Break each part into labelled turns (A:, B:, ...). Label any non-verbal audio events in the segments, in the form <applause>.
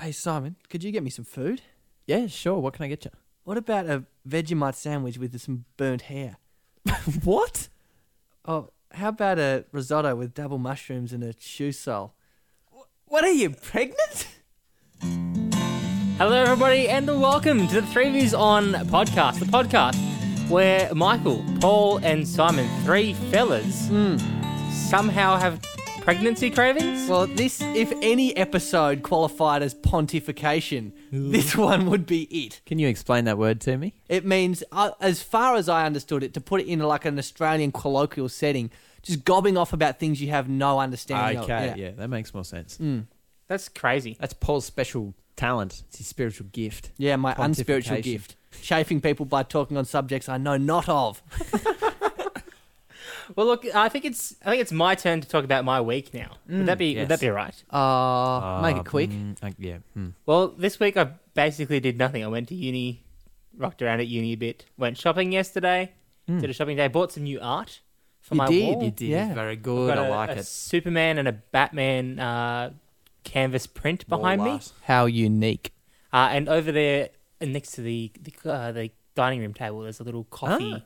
A: "Hey Simon, could you get me some food?
B: Yeah, sure. What can I get you?
A: What about a Vegemite sandwich with some burnt hair?
B: <laughs> What?
A: Oh, how about a risotto with double mushrooms and a shoe sole? Wh- What are you
B: <laughs>
A: pregnant?"
C: Hello, everybody, and welcome to the Three Views On podcast, the podcast where Michael, Paul, and Simon, three fellas, somehow have pregnancy cravings.
A: Well, this, if any episode qualified as pontification, this one would be it.
B: Can you explain that word to me?
A: It means, uh, as far as I understood it, to put it in like an Australian colloquial setting, just gobbing off about things you have no understanding of.
B: yeah. that makes more sense.
C: That's crazy.
B: That's Paul's special talent. It's his spiritual gift.
A: Yeah, my unspiritual
B: Pontification.
A: gift. Chafing people by talking on subjects I know not of.
C: Well, look, I think it's I think it's my turn to talk about my week now.
A: Mm,
C: would that be
B: yes.
C: Would that be right?
A: Uh, make it quick.
B: Mm, I- yeah. mm.
C: Well, this week I basically did nothing. I went to uni, rocked around at uni a bit, went shopping yesterday, did a shopping day, bought some new art
A: Mm. You
C: for my
A: did,
C: wall.
A: you did. Yeah.
B: Very good.
C: Got
B: I
C: a-
B: like
C: a
B: it.
C: Superman and a Batman uh, canvas print behind
B: Wall
C: me,
B: art.
A: How unique.
C: uh, and over there uh, next to the the, uh, the dining room table, there's a little coffee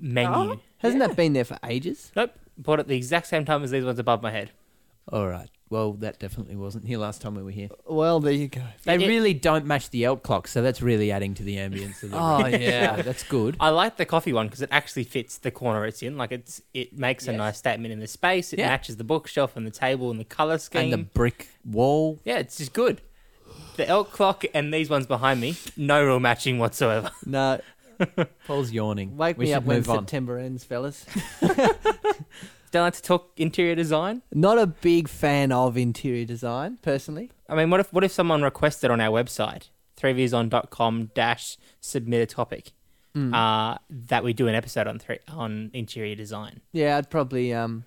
C: menu.
A: Hasn't that been there for ages?
C: Nope, bought it the exact same time as these ones above my head.
B: All right. Well, that definitely wasn't here last time we were here.
A: Well, there you <laughs> go.
B: They
C: It-
B: really don't match the elk clock, so that's really adding to the ambience. Of the
A: Oh,
B: room. <laughs>
A: yeah.
B: that's good.
C: I like the coffee one because it actually fits the corner it's in. Like it's it makes a
B: Yes.
C: nice statement in the space. It
B: Yeah.
C: matches the bookshelf and the table and the color scheme.
B: And the brick wall.
C: yeah, it's just good. The elk clock and these ones behind me, no real matching whatsoever.
A: No,
B: Paul's yawning.
A: wake
B: we
A: me
B: should
A: up when
B: move on.
A: September ends, fellas.
C: Don't like to talk interior design.
A: <laughs> Not a big fan of interior design, personally.
C: I mean, what if what if someone requested on our website, 3viewson.com dash submit a topic
A: Hmm.
C: uh, that we do an episode on three, on interior design?
A: Yeah, I'd probably um,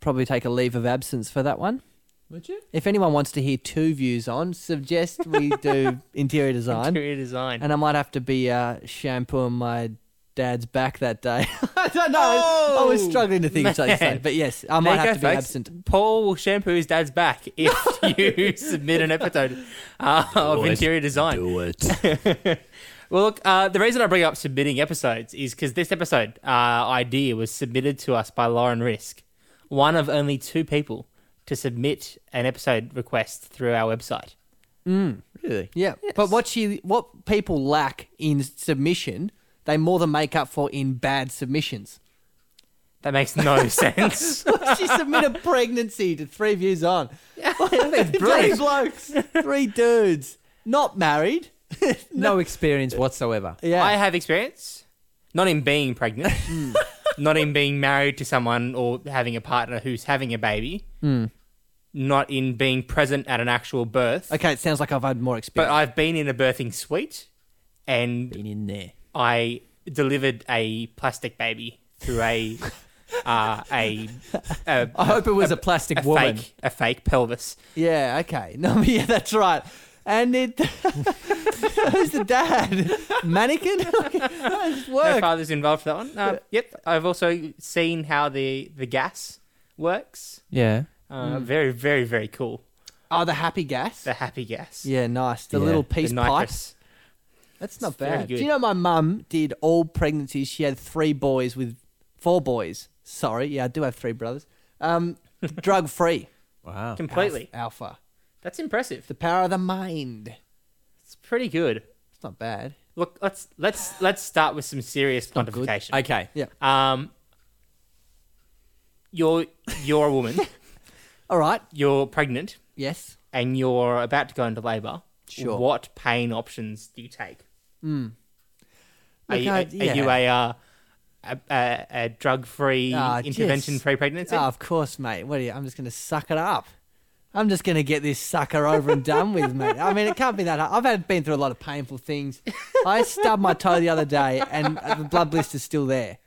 A: probably take a leave of absence for that one.
B: Would you?
A: If anyone wants to hear two views on, suggest we <laughs> do interior design.
C: Interior design.
A: And I might have to be uh, shampooing my dad's back that day. <laughs> I don't know. I was
C: Oh,
A: struggling to think of something. to say,
C: man.
A: But yes, I
C: There
A: might
C: you
A: have
C: go,
A: to be
C: folks.
A: absent.
C: Paul will shampoo his dad's back
A: <laughs>
C: if you submit an episode uh, of
B: it.
C: interior design.
B: Do it.
C: Well, look, uh, the reason I bring up submitting episodes is because this episode uh, idea was submitted to us by Lauren Risk, one of only two people to submit an episode request through our website.
B: really?
A: Yeah. But what she what people lack in submission, they more than make up for in bad submissions. <laughs>
C: That makes no sense.
A: she submitted pregnancy to three views on. <laughs>
C: <laughs>
A: three
C: brilliant.
A: blokes, three dudes, not married.
B: No experience whatsoever.
A: Yeah.
C: I have experience, not in being pregnant, not in being married to someone or having a partner who's having a baby, not in being present at an actual birth.
A: okay, it sounds like I've had more
C: But
A: experience.
C: I've been in a birthing suite and
B: Been in there.
C: I delivered a plastic baby through a. Uh, a, a,
B: I hope it was a, plastic
C: a
B: woman.
C: fake a fake pelvis.
A: yeah, okay. <laughs> No, yeah, that's right. And it <laughs> Who's the dad? Mannequin? <laughs> That's
C: No
A: work.
C: father's involved for that one. Uh, Yep, I've also seen how the the gas works.
B: Yeah.
A: Mm.
C: Uh, Very very very cool.
A: oh, the happy gas.
C: The happy gas.
A: yeah, nice. The
B: Yeah.
A: little
C: The
A: peace pipe.
C: nitrous.
A: That's not
C: It's very
A: bad. Do
C: good.
A: you know my mum did all pregnancies? She had three boys with four boys. Sorry, yeah, I do have three brothers. Um,
C: <laughs>
A: drug free.
B: Wow.
C: Completely.
A: Alpha.
C: That's impressive.
A: The power of the mind.
C: It's pretty good.
A: It's not bad.
C: Look, let's let's let's start with some serious
A: good.
C: pontification.
B: Okay.
A: Yeah.
C: Um, you're you're a woman. <laughs>
A: All right.
C: you're pregnant,
A: Yes.
C: and you're about to go into labour.
A: Sure. Hmm.
C: What pain options do you take? Are,
A: Look,
C: you,
A: I-
C: are,
A: yeah.
C: you a uh, a, a, a drug-free,
A: Ah,
C: intervention-free pregnancy?
A: Oh, of course, mate. What are you? I'm just going to suck it up. I'm just going to get this sucker over and done with, mate. I mean, it can't be that hard. I've had, been through a lot of painful things. I stubbed my toe the other day, and the blood blister's still there.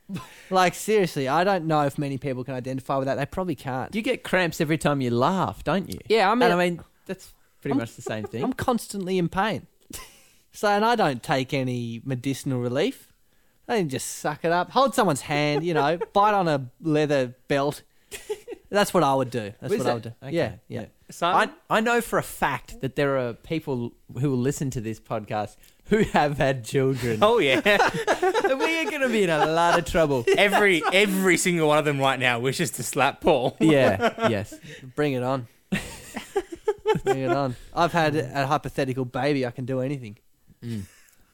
A: Like seriously, I don't know if many people can identify with that. They probably can't.
B: You get cramps every time you laugh, don't you?
A: Yeah, I mean-
B: and I mean that's pretty
A: I'm-
B: much the same thing.
A: I'm constantly in pain. <laughs> So, and I don't take any medicinal relief. I can just suck it up. Hold someone's hand, you <laughs> know, bite on a leather belt. That's what I would do. That's
B: Is
A: what I
B: it?
A: would do.
B: Okay,
A: Yeah, yeah.
C: Simon?
B: I,
C: I,
B: I know for a fact that there are people who will listen to this podcast who have had children.
C: <laughs> oh yeah.
B: And we are going to be in a lot of trouble.
C: <laughs> every every single one of them right now wishes to slap Paul.
B: <laughs> Yeah, yes.
A: Bring it <laughs> on. Bring it on. I've had a hypothetical baby. I can do anything.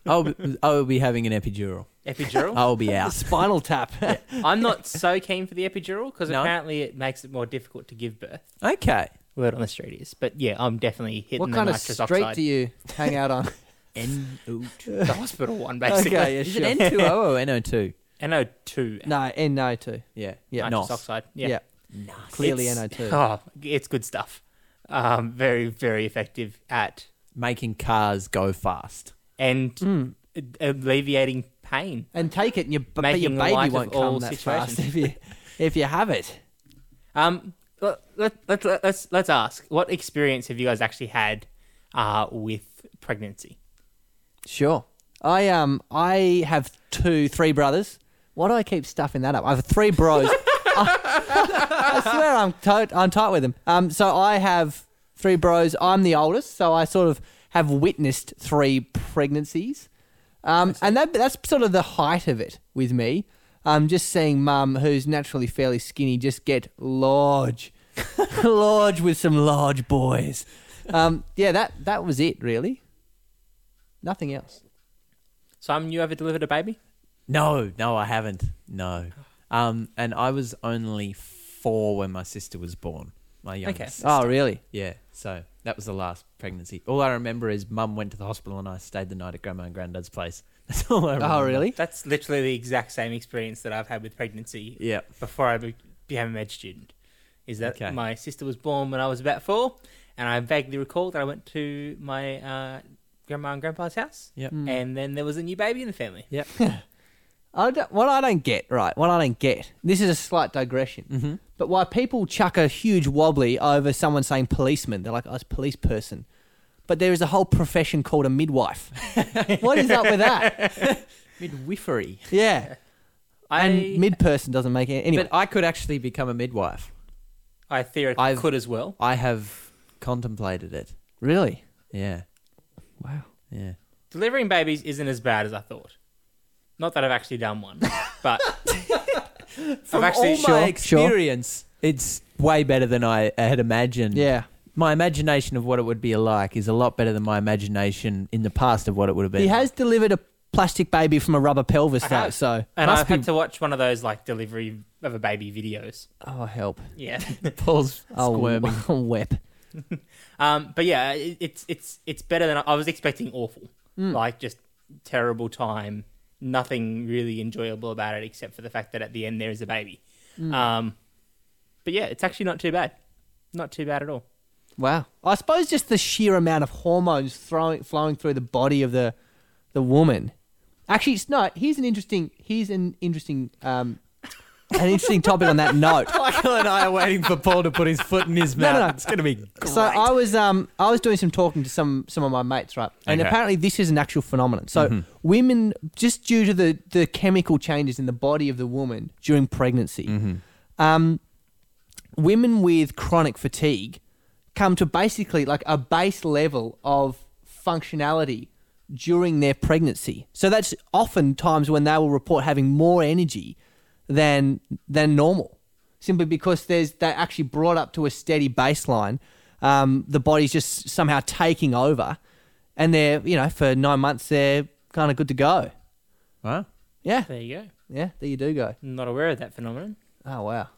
B: I'll be, I'll be having an epidural.
C: Epidural?
B: I'll be out.
A: Spinal
C: <laughs>
A: tap.
C: I'm not so keen for the epidural because
B: No?
C: apparently it makes it more difficult to give birth.
B: Okay.
C: Word on the street is, but yeah, I'm definitely hitting
A: what
C: the
A: kind of
C: nitrous
A: street
C: oxide.
A: do you hang out on?
B: N-O-2.
C: the hospital <laughs> one basically.
A: okay, yeah,
B: Is
A: sure.
B: it N2O or NO2?
C: NO2.
A: <laughs> no, NO2.
B: Yeah.
A: Yeah.
C: nitrous
B: Nos.
C: oxide. Yeah.
A: Yeah. Clearly NO2.
C: Oh, it's good stuff. Um, very very effective at
B: Making cars go fast.
C: and
A: Mm.
C: alleviating pain.
A: And take it, and your, b- but your
C: Making light
A: baby
C: of
A: won't
C: all
A: come that fast
C: situations.
A: if you, if you have it.
C: Um, let, let, let, let, let's let's ask. What experience have you guys actually had uh, with pregnancy?
A: Sure. I um I have two, three brothers. Why do I keep stuffing that up? I have three bros. I, I swear I'm tight. I'm tight with them. Um, so I have three bros. I'm the oldest, so I sort of have witnessed three pregnancies. Um, and that that's sort of the height of it with me. Um, just seeing mum, who's naturally fairly skinny, just get large, large with some large boys. Um, yeah, that that was it really. Nothing else.
C: Simon, you ever delivered a baby?
B: No, no, I haven't. No. Um, and I was only four when my sister was born. My youngest.
C: Okay.
B: sister.
A: Oh, really?
B: Yeah, so that was the last pregnancy. All I remember is mum went to the hospital and I stayed the night at grandma and granddad's place. <laughs> That's all I remember.
A: Oh, really?
C: That's literally the exact same experience that I've had with pregnancy
B: Yeah.
C: before I be- became a med student. Is that
B: Okay.
C: my sister was born when I was about four, and I vaguely recall that I went to my uh, grandma and grandpa's house,
B: Yep.
A: Hmm.
C: and then there was a new baby in the family.
B: Yep.
A: I don't, what I don't get, right? What I don't get. This is a slight digression, mm-hmm. but why people chuck a huge wobbly over someone saying policeman? They're like, "I was police person," but there is a whole profession called a
C: <laughs>
A: midwife. what is up with that?
B: Midwifery.
A: Yeah,
C: I
A: and mid person doesn't make any. Anyway,
B: But I could actually become a midwife.
C: I theoretically
B: I've-
C: could as well.
B: I have contemplated it.
A: really,
B: Yeah.
A: wow.
B: Yeah.
C: Delivering babies isn't as bad as I thought. Not that I've actually done one, but
B: From
C: actually-
B: all
A: Sure,
B: my
A: sure.
B: experience, it's way better than I had imagined.
A: Yeah,
B: My imagination of what it would be like is a lot better than my imagination in the past of what it would have been.
A: he has delivered a plastic baby from a rubber pelvis,
C: I
A: though.
C: have.
A: So,
C: and
A: Must
C: I've had to watch one of those like delivery of a baby videos.
A: oh help,
C: <laughs> Yeah.
B: Paul's squirming.
A: oh <laughs> whip.
C: um, but yeah, it, it's it's it's better than I, I was expecting. Awful, like just terrible time. Nothing really enjoyable about it except for the fact that at the end there is a baby. Um, but yeah, it's actually not too bad. Not too bad at all.
A: Wow. I suppose just the sheer amount of hormones throwing, flowing through the body of the the woman. Actually, it's not. Here's an interesting. Here's an interesting. Um, an interesting topic on that
B: <laughs>
A: note.
B: Michael and I are waiting for Paul to put his foot in his
A: <laughs> No,
B: mouth.
A: no, no.
B: It's going to be great.
A: So I was um I was doing some talking to some some of my mates, right? And
B: Okay. Mm-hmm.
A: apparently this is an actual phenomenon. So women, just due to the the chemical changes in the body of the woman during pregnancy,
B: Mm-hmm.
A: um, women with chronic fatigue come to basically like a base level of functionality during their pregnancy. So that's often times when they will report having more energy than than normal, simply because there's they're actually brought up to a steady baseline. Um, the body's just somehow taking over, and they're you know for nine months they're kind of good to go.
B: Huh?
A: Yeah,
C: There you go.
A: yeah, there you do go.
C: Not aware of that phenomenon.
A: Oh wow,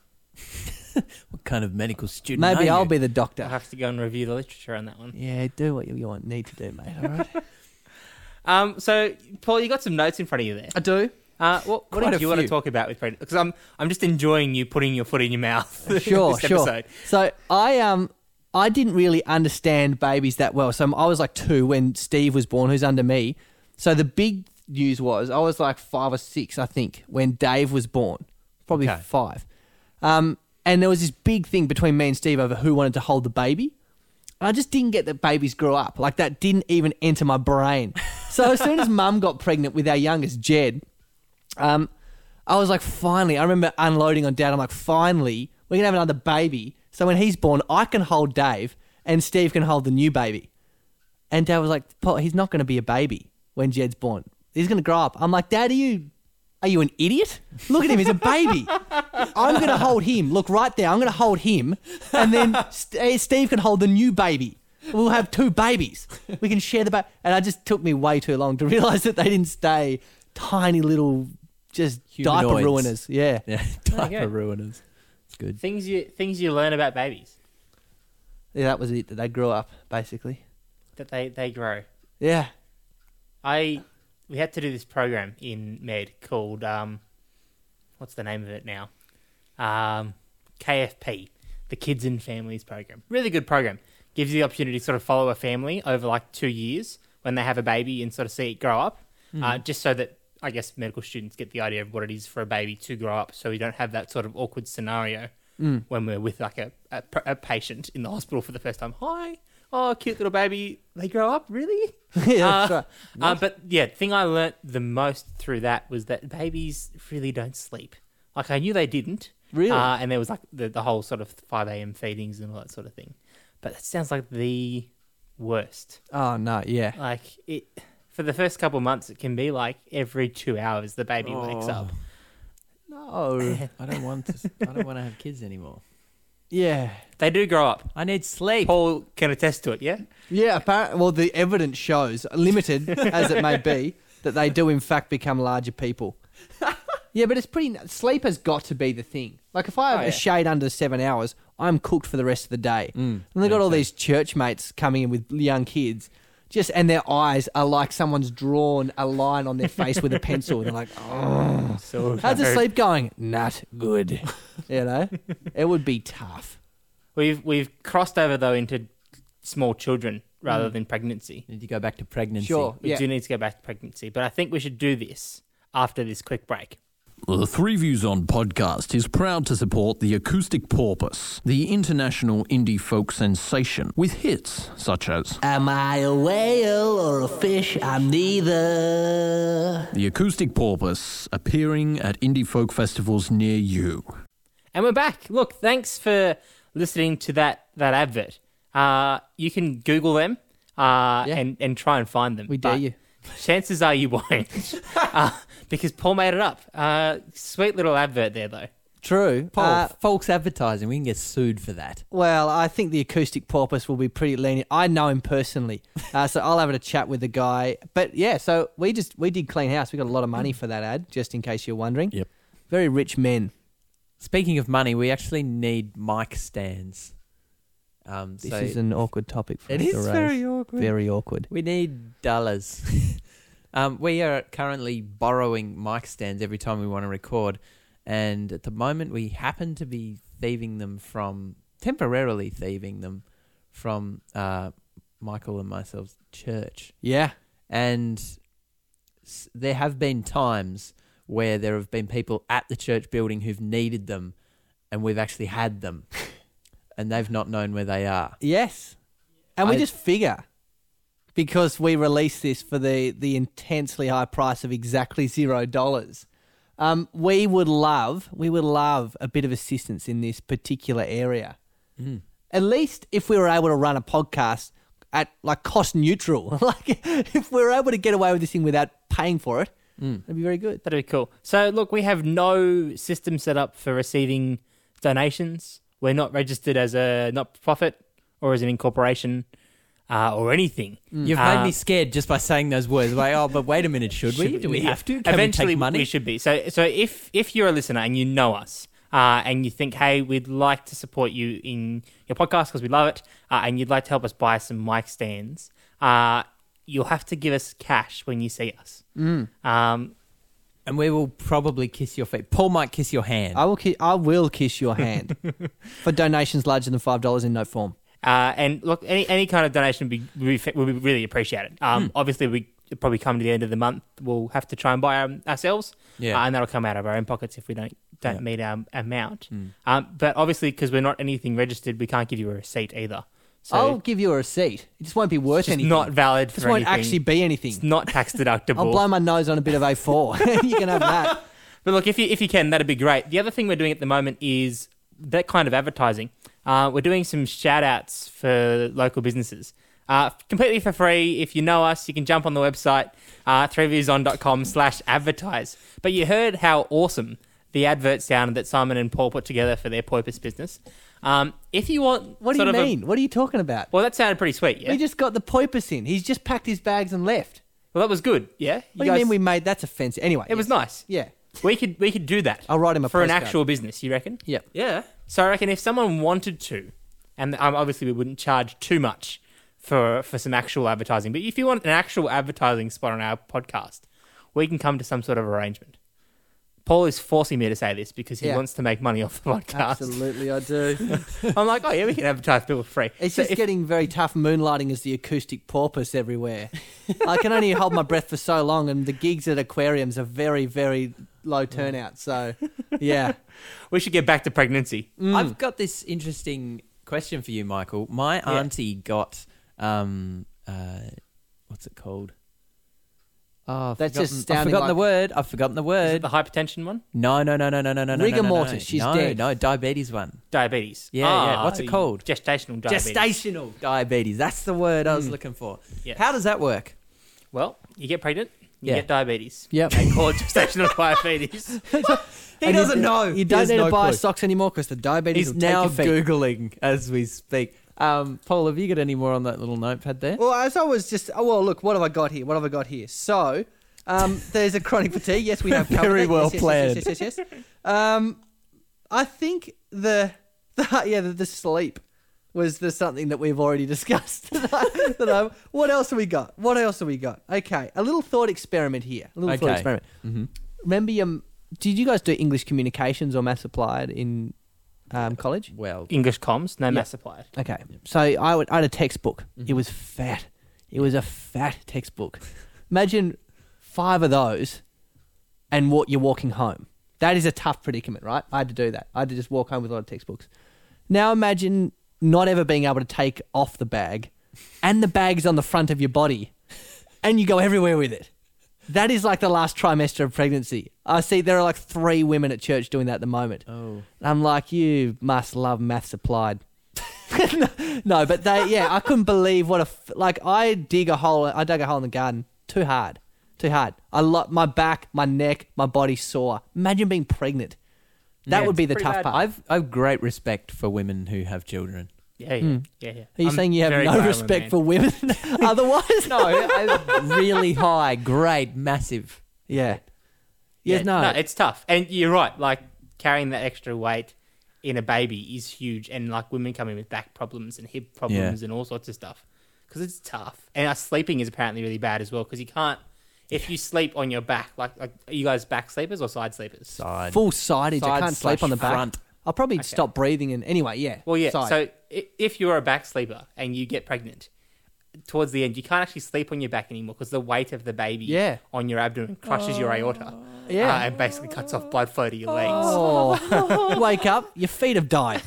B: What kind of medical student?
A: maybe
B: are
A: I'll
B: you?
A: be the
C: I'll
A: doctor.
C: have to go and review the literature on that one.
A: Yeah, do what you, you want, need to do, mate. All right,
C: Um, so, Paul, you got some notes in front of you there.
A: I do.
C: Uh, what what
B: Quite
C: did
B: a
C: you want to
B: few.
C: talk about with pregnancy? Because I'm I'm just enjoying you putting your foot in your mouth. <laughs> in
A: <laughs> sure,
C: this
A: sure.
C: episode.
A: So I um I didn't really understand babies that well. So I was like two when Steve was born, who's under me. So the big news was I was like five or six, I think, when Dave was born, probably
B: Okay.
A: five. Um, and there was this big thing between me and Steve over who wanted to hold the baby. And I just didn't get that babies grow up. Like that didn't even enter my brain. So as soon as Mum got pregnant with our youngest Jed, um, I was like, finally, I remember unloading on dad. I'm like, finally, we're going to have another baby. So when he's born, I can hold Dave and Steve can hold the new baby. And Dad was like, "Paul, he's not going to be a baby when Jed's born. He's going to grow up." I'm like, "Dad, are you?" Are you an idiot? Look at him, he's a baby. I'm going to hold him. Look right there. I'm going to hold him. And then St- eh, Steve can hold the new baby. We'll have two babies. We can share the baby. And it just took me way too long to realize that they didn't stay tiny little, just diaper ruiners.
B: Humanoids.
A: Yeah.
B: <laughs> Yeah,
C: you go.
B: diaper ruiners. It's good.
C: Things you things you learn about babies
A: Yeah, that was it. That they grew up, basically.
C: that they they grow.
A: Yeah. <laughs>
C: I we had to do this program in med called um, what's the name of it now? Um, KFP, the Kids and Families Program. Really good program. Gives you the opportunity to sort of follow a family over like two years when they have a baby and sort of see it grow up, uh, just so that I guess medical students get the idea of what it is for a baby to grow up, so we don't have that sort of awkward scenario when we're with like a, a, a patient in the hospital for the first time. Hi, oh cute little baby, they grow up really.
A: <laughs> yeah, that's
C: Uh,
A: right.
C: uh, but yeah, the thing I learnt the most through that was that babies really don't sleep. Like I knew they didn't.
A: Really?
C: Uh, and there was like the, the whole sort of 5 a.m. feedings and all that sort of thing. But that sounds like the worst.
A: Oh, no. Yeah.
C: Like it for the first couple months, it can be like every two hours the baby wakes up.
A: No.
B: I don't want to. I don't want to have kids anymore.
A: Yeah.
C: They do grow up.
B: I need sleep.
C: Paul can attest to it. Yeah.
A: Yeah, apparently, well, the evidence shows, limited as it may be, that they do in fact become larger people. yeah, but it's pretty. Sleep has got to be the thing. Like if I have
C: Oh, yeah.
A: a shade under seven hours, I'm cooked for the rest of the day. Mm, and they got all these church mates coming in with young kids, just and their eyes are like someone's drawn a line on their face with a pencil. They're like, oh,
C: So
A: how's the sleep going? Not good. <laughs> You know, it would be tough.
C: We've we've crossed over though into small children rather than pregnancy.
B: Need to go back to pregnancy.
A: Sure.
C: We
A: Yeah.
C: do need to go back to pregnancy, but I think we should do this after this quick break.
D: The Three Views on podcast is proud to support the Acoustic Porpoise, the international indie folk sensation, with hits such as
A: Am I a whale or a fish? I'm neither.
D: The Acoustic Porpoise appearing at indie folk festivals near you.
C: And we're back. Look, thanks for listening to that that advert. Uh, you can Google them uh,
A: Yeah.
C: and and try and find them.
A: We dare
C: but
A: you.
C: Chances are you won't, <laughs> uh, because Paul made it up. Uh, sweet little advert there, though.
A: True.
B: Paul,
A: Uh,
B: false advertising. We can get sued for that.
A: well, I think the acoustic porpoise will be pretty lenient. I know him
B: <laughs>
A: personally, uh, so I'll have a chat with the guy. But yeah, so we just we did clean house. We got a lot of money for that ad, just in case you're wondering.
D: Yep.
A: Very rich men.
B: Speaking of money, we actually need mic stands. Um,
A: This
B: so
A: is an awkward topic for
B: it
A: us
B: is
A: to raise.
B: very awkward.
A: Very awkward.
B: We need dollars. <laughs> um, we are currently borrowing mic stands every time we want to record, and at the moment we happen to be thieving them from temporarily thieving them from uh, Michael and myself's church.
A: Yeah.
B: And s- there have been times where there have been people at the church building who've needed them, and we've actually had them, <laughs> and they've not known where they are.
A: Yes. And we
B: I-
A: just figure because we release this for the, the intensely high price of exactly zero dollars. Um, we would love we would love a bit of assistance in this particular area. At least if we were able to run a podcast at like cost neutral, <laughs> like if we were able to get away with this thing without paying for it, that'd be very good.
C: That'd be cool. So, look, we have no system set up for receiving donations. We're not registered as a not profit or as an incorporation uh, or anything.
B: You've
C: Uh,
B: made me scared just by saying those words. Like, oh, but wait a minute, should we? Do we have to? Can
C: Eventually,
B: we take money?
C: we should be. So, so if if you're a listener and you know us. Uh, and you think, hey, we'd like to support you in your podcast because we love it, uh, and you'd like to help us buy some mic stands. Uh, you'll have to give us cash when you see us.
B: Mm.
C: Um,
B: and we will probably kiss your feet. Paul might kiss your hand.
A: I will ki- I will kiss your hand <laughs> for donations larger than five dollars in no form.
C: Uh, and look, any any kind of donation would be, would be, fa- would be really appreciated. Um,
A: Hmm.
C: Obviously, we probably come to the end of the month. We'll have to try and buy um, ourselves,
B: Yeah.
C: uh, and that'll come out of our own pockets if we don't don't
B: Yeah.
C: meet our amount.
A: Hmm.
C: Um, but obviously, because we're not anything registered, we can't give you a receipt either. So
A: I'll give you a receipt. It just won't be worth
C: it's just
A: Oh, anything.
C: not valid
A: It
C: for
A: just won't
C: anything.
A: actually be
C: it's
A: anything.
C: not tax
A: <laughs>
C: deductible.
A: I'll blow my nose on a bit of <laughs> A4. you can have that.
C: But look, if you if you can, that'd be great. The other thing we're doing at the moment is that kind of advertising. Uh, we're doing some shout outs for local businesses. Uh, completely for free. If you know us, you can jump on the website, uh, threeviewson.com slash advertise. But you heard how awesome the advert sounded that Simon and Paul put together for their Porpoise business. Um, if you want
A: What do
C: sort
A: you
C: of a-
A: mean? what are you talking about?
C: well, that sounded pretty sweet, yeah?
A: We just got the poipus in. He's just packed his bags and left.
C: well, that was good, yeah?
A: What do
C: guys-
A: you mean we made that's offensive? Anyway,
C: It was nice.
A: yeah.
C: We could we could do that.
A: I'll write him a
C: for an
A: postcard.
C: actual business. You reckon?
A: Yep.
C: Yeah. So I reckon if someone wanted to, and um, obviously we wouldn't charge too much for for some actual advertising, but if you want an actual advertising spot on our podcast, we can come to some sort of arrangement. Paul is forcing me to say this because he
A: Yeah.
C: wants to make money off the
A: <laughs>
C: podcast.
A: Absolutely, I do.
C: <laughs> I'm like, oh yeah, we can advertise people for free.
A: It's
C: So
A: just
C: if-
A: getting very tough moonlighting as the acoustic porpoise everywhere. I can only hold my breath for so long, and the gigs at aquariums are very, very low turnout. <laughs> So, yeah.
C: we should get back to pregnancy.
B: I've got this interesting question for you, Michael. My auntie got um uh what's it called? Oh, I've
A: That's
B: forgotten-
A: just sounding
B: I've forgotten the
A: like-
B: word. I've forgotten the
C: Is
B: word.
C: it the hypertension one?
B: No, no, no, no, no, no, no, no,
A: Rigor
B: no, no,
A: mortis,
B: No.
A: she's
B: no,
A: dead.
B: No, diabetes one.
C: Diabetes.
B: Yeah, yeah. What's it
C: the
B: called?
C: Gestational diabetes.
B: Gestational diabetes. That's the word I was looking for.
C: Yes.
B: How does that work?
C: Well, you get pregnant, you
B: Yeah.
C: get diabetes.
A: Yep.
C: They call it gestational <laughs> diabetes.
B: He
A: And
B: doesn't
A: you,
B: know.
A: You
B: He
A: don't
B: has
A: need
B: no
A: to buy
B: clue.
A: socks anymore because the diabetes
B: He's
A: will take
B: now
A: your feet.
B: googling as we speak. Um, Paul, have you got any more on that little notepad there?
A: Well, as I was just, oh, well, look, what have I got here? What have I got here? So, um, there's a chronic fatigue. Yes,
B: <laughs>
A: we have covered
B: Very
A: that.
B: well
A: yes, yes,
B: planned.
A: Yes, yes, yes. yes, yes. Um, I think the, <laughs> the yeah the, the sleep was the something that we've already <laughs> discussed. that I, that I, what else have we got? What else have we got? Okay, a little thought experiment here. A little thought
B: Okay.
A: experiment. Remember, um, did you guys do English communications or maths applied in um, college?
B: Well,
C: English comms, no mass applied.
A: Okay. So I, would, I had a textbook. It was fat. It was a fat textbook. Imagine five of those and what you're walking home. That is a tough predicament, right? I had to do that. I had to just walk home with a lot of textbooks. Now imagine not ever being able to take off the bag and the bag's on the front of your body and you go everywhere with it. That is like the last trimester of pregnancy. I see there are like three women at church doing that at the moment.
B: oh,
A: And I'm like, you must love maths applied. no, but they, yeah, I couldn't believe what a f- like. I dig a hole. I dug a hole in the garden. Too hard. Too hard. I lo- my back, my neck, my body sore. Imagine being pregnant. That
C: Yeah,
A: would be
C: it's
A: the
C: pretty
A: tough
C: bad.
A: part.
B: I've I've great respect for women who have children.
C: Yeah, yeah, yeah, yeah.
A: Hmm. Are you
C: I'm
A: saying you have
C: very
A: no
C: violent,
A: respect
C: man.
A: for
C: <laughs>
A: women? Otherwise, <laughs>
B: No, I- <laughs> really high, great, massive.
A: Yeah. Yes.
C: Yeah,
A: no.
C: it's tough, and you're right. Like carrying that extra weight in a baby is huge, and like women coming with back problems and hip problems and all sorts of stuff because it's tough. And uh, sleeping is apparently really bad as well because you can't. If you sleep on your back, like, like are you guys back sleepers or side sleepers?
B: Side.
A: full sidage. I
B: Side
A: can't sleep
B: slash
A: on the back.
B: front.
A: I'll probably stop breathing. And anyway, yeah.
C: Well, yeah.
A: side.
C: So i- if you're a back sleeper and you get pregnant, towards the end you can't actually sleep on your back anymore because the weight of the baby
A: Yeah.
C: on your abdomen crushes your aorta.
A: Yeah.
C: uh, and basically cuts off blood flow to your legs.
A: oh, <laughs> wake up. Your feet have
C: <laughs>
A: died.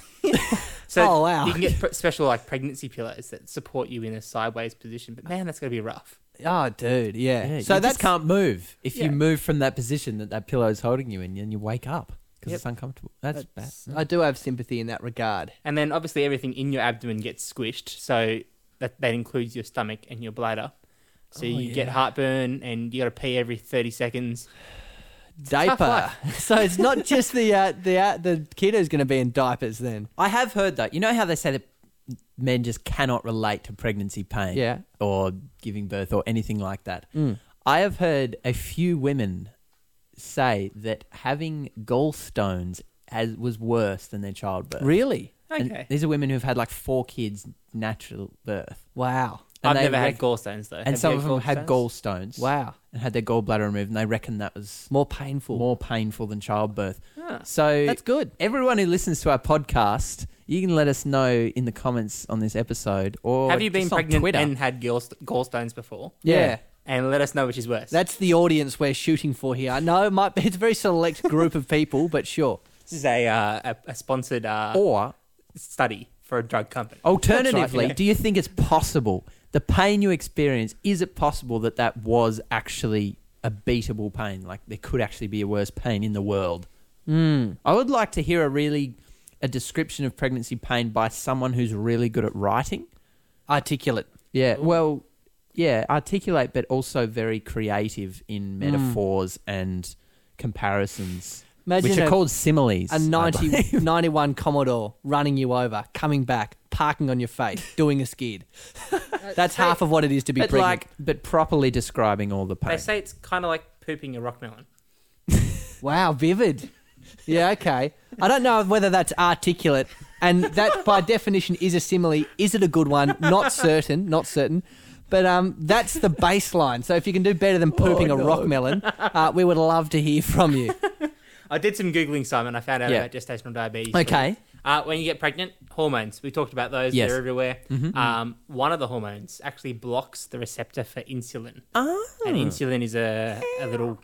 C: So
A: oh, wow.
C: you can
B: <laughs>
C: get pre- special like pregnancy pillows that support you in a sideways position. But man, that's gonna be rough.
A: Oh, dude, yeah.
B: Yeah,
A: so
B: you
A: that's
B: just can't move. If
A: Yeah.
B: you move from that position that that pillow is holding you in, then you wake up because
A: Yep.
B: it's uncomfortable. That's, bad.
A: I do have sympathy in that regard.
C: And then obviously everything in your abdomen gets squished, so that that includes your stomach and your bladder.
B: Oh,
C: So you get heartburn and you got to pee every thirty seconds.
A: Diaper. <laughs> so it's
B: <laughs>
A: not just the uh, the uh, the kiddo's going to be in diapers then.
B: I have heard that. You know how they say that men just cannot relate to pregnancy pain,
A: Yeah.
B: or giving birth, or anything like that.
C: Mm.
B: I have heard a few women say that having gallstones as was worse than their childbirth.
A: Really?
B: And these are women who've had like four kids natural birth.
A: Wow.
B: And
C: I've
B: they
C: never
B: rec-
C: had gallstones though.
B: And some of them had gallstones.
A: Wow.
B: And had their gallbladder removed, and they reckon that was
A: More painful.
B: more painful than childbirth.
C: Ah.
B: So
A: That's good.
B: Everyone who listens to our podcast, you can let us know in the comments on this episode, or
C: Have you been
B: just on
C: pregnant
B: Twitter.
C: and had gallst- gallstones before?
A: Yeah.
B: Yeah.
C: And let us know which is worse.
A: That's the audience we're shooting for here. No, it might be, <laughs> it's a very select group of people, but sure.
C: this is a uh, a, a sponsored uh,
B: or Oh,
C: study for a drug company.
B: alternatively,
C: yeah.
B: do you think it's possible the pain you experience? Is it possible that that was actually a beatable Hmm. pain? Like there could actually be a worse pain in the world. I would like to hear a really a description of pregnancy pain by someone who's really good at writing.
A: Articulate.
B: Yeah. Well, yeah, articulate, but also very creative in metaphors and comparisons,
A: Imagine
B: which are
A: a-
B: called similes.
A: A
B: I
A: 90, <laughs>
B: believe.
A: 91 Commodore running you over, coming back, parking on your face, doing a
B: <laughs>
A: skid. That's half of what it is to be
B: but
A: pregnant.
B: like, but properly describing all the
C: They
B: pain.
C: say it's kind of like pooping a rockmelon.
A: Wow,
C: <laughs>
A: vivid. Yeah, okay. I don't know whether that's articulate, and that by definition is a simile. Is it a good one?
C: <laughs>
A: Not certain. Not certain. But um, that's the baseline. So if you can do better than pooping
C: Oh,
A: a rock melon, uh, we would love to hear from
C: <laughs>
A: you.
C: I did some googling, Simon. I found out
B: Yeah.
C: about gestational diabetes.
A: Okay.
C: Uh, when you get pregnant, hormones. We talked about those.
B: Yes. Mm-hmm,
C: They're everywhere. Um, one of the hormones actually blocks the receptor for insulin.
B: Ah.
C: And insulin is a, a little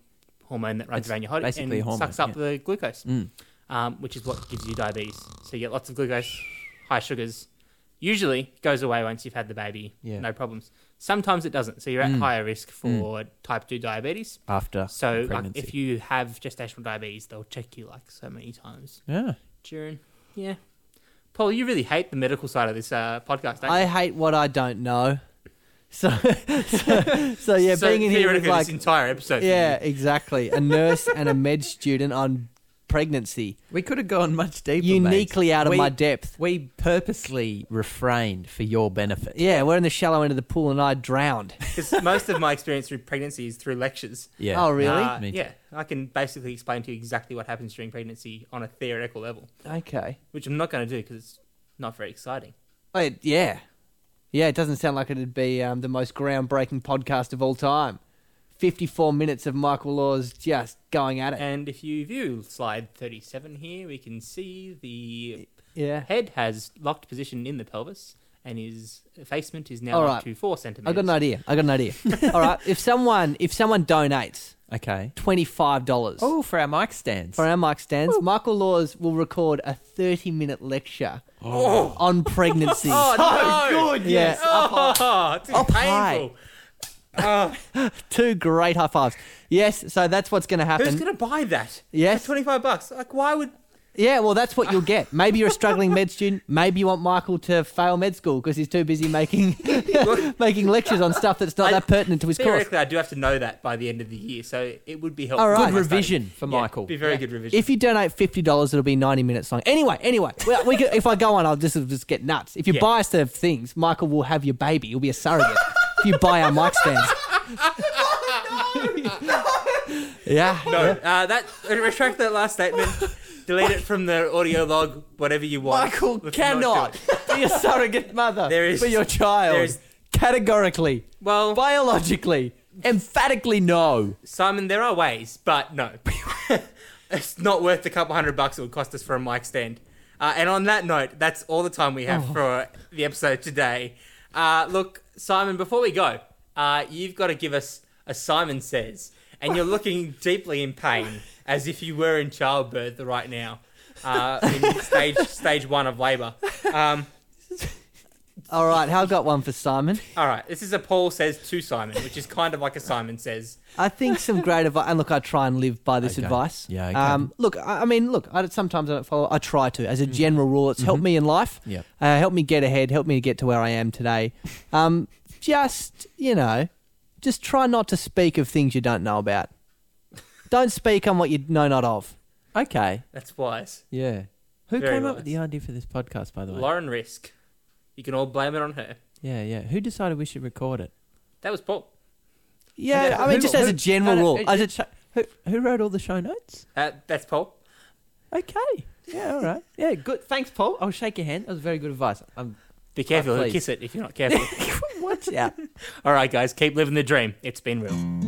C: hormone that runs
B: It's
C: around your body and
B: basically a hormone,
C: sucks up
B: yeah.
C: the glucose,
B: Mm.
C: um, which is what gives you diabetes. So you get lots of glucose, high sugars. Usually goes away once you've had the baby.
B: Yeah.
C: No problems. Sometimes it doesn't. So you're at
B: Mm.
C: higher risk for type 2 diabetes.
B: After
C: So like,
B: pregnancy.
C: if you have gestational diabetes, they'll check you like so many times
B: yeah.
C: during. Yeah. Paul, you really hate the medical side of this uh, podcast, don't you?
A: I hate what I don't know. <laughs> So, so, so yeah,
C: so
A: being in here with
C: theoretically,
A: like,
C: this entire episode.
A: yeah, exactly, a nurse and a med student on pregnancy,
B: We could have gone much deeper. mate.
A: uniquely out of
B: We-
A: my depth.
B: We purposely refrained for your benefit.
A: Yeah, we're in the shallow end of the pool, and I drowned.
C: Because most of my experience through pregnancy is through
A: <laughs>
C: lectures.
B: Yeah.
A: Oh, really?
C: Uh,
B: Me too.
C: yeah, I can basically explain to you exactly what happens during pregnancy on a theoretical level,
A: Okay.
C: which I'm not going to do because it's not very exciting.
A: Wait, yeah. Yeah, it doesn't sound like it'd be um, the most groundbreaking podcast of all time. 54 minutes of Michael Laws just going at it.
C: And if you view slide 37 here, we can see the
A: Yeah.
C: head has locked position in the pelvis and his effacement is now
A: All
C: up
A: right.
C: to four centimeters.
A: I got an idea. I got an
C: <laughs>
A: idea. all right, if someone if someone donates
B: Okay.
A: $25
B: Oh, for our mic stands.
A: for our mic stands,
C: Oh.
A: Michael Laws will record a 30-minute lecture
C: <laughs>
A: on pregnancy.
C: Oh, no! good,
A: yes.
C: Oh, it's
B: Up high.
C: painful.
A: <laughs>
C: Uh,
A: Two great high fives. Yes, so that's what's going to happen.
C: Who's going to buy that?
A: Yes.
C: For 25 bucks. Like, why would.
A: Yeah, well, that's
C: <laughs>
A: what you'll get. Maybe you're a struggling med student. Maybe you want Michael to fail med school because he's too busy
C: <laughs>
A: making <laughs> making lectures on stuff that's not
C: I-
A: that pertinent to his course.
C: Theoretically, I do have to know that by the end of the year, so it would be helpful.
A: All right.
B: Good revision for
C: Yeah,
B: Michael.
C: Be very good revision.
A: If you donate fifty dollars, it'll be ninety minutes long. Anyway, anyway, well, we could, if I go on, I'll just, just get nuts. If you
C: Yeah.
A: buy us the things, Michael will have your baby. You'll be a surrogate if you buy our mic
C: <laughs>
A: stands. yeah.
C: No, uh, that retract that last statement. Delete it from the audio log. Whatever you want.
B: Michael
C: Let's not do
B: cannot
C: it.
B: be a surrogate mother
C: There is-
B: for your child.
C: there is-
B: Categorically,
C: Well-
B: biologically, emphatically no.
C: Simon, there are ways, but no, <laughs> it's not worth the couple hundred bucks it would cost us for a mic stand. Uh, and on that note, that's all the time we have for the episode today. Uh, look, Simon, before we go, uh, you've got to give us a Simon says, and you're looking deeply in pain as if you were in childbirth right now, uh, in stage stage one of labour. Um,
A: All right. How got one for Simon?
C: All right, this is a Paul says to Simon, which is kind of like a Simon says.
A: I think some great advice. And look, I try and live by this
B: Okay.
A: advice.
B: Yeah, okay.
A: Um, look, I, I mean, look. I, sometimes I don't follow. I try to,
B: Mm.
A: as a general rule. It's
B: Mm-hmm.
A: helped me in life.
B: Yep.
A: Uh, helped me get ahead. Helped me to get to where I am today. Um, just you know, just try not to speak of things you don't know about. Don't speak on what you know not of.
B: Okay.
C: That's wise.
B: Yeah. Who
C: Very
B: came up
C: wise.
B: with the idea for this podcast, by the way?
C: Lauren Risk. You can all blame it on her.
B: Yeah, yeah. Who decided we should record it?
C: That was Paul.
A: Yeah, I mean,
B: uh, Who-
A: just as
B: who- uh,
A: a general
B: no, no,
A: rule.
B: it-
A: I
B: it-
A: just,
B: Who, who wrote all the show notes?
C: Uh, that's Paul.
B: Okay. Yeah, all right. <laughs> Yeah, good. Thanks, Paul. I'll shake your hand. That was very good advice. I'm
C: Be careful.
B: Oh,
C: he'll <laughs>
B: please.
C: kiss it if you're not careful.
B: watch out.
C: all right, guys, keep living the dream. It's been real.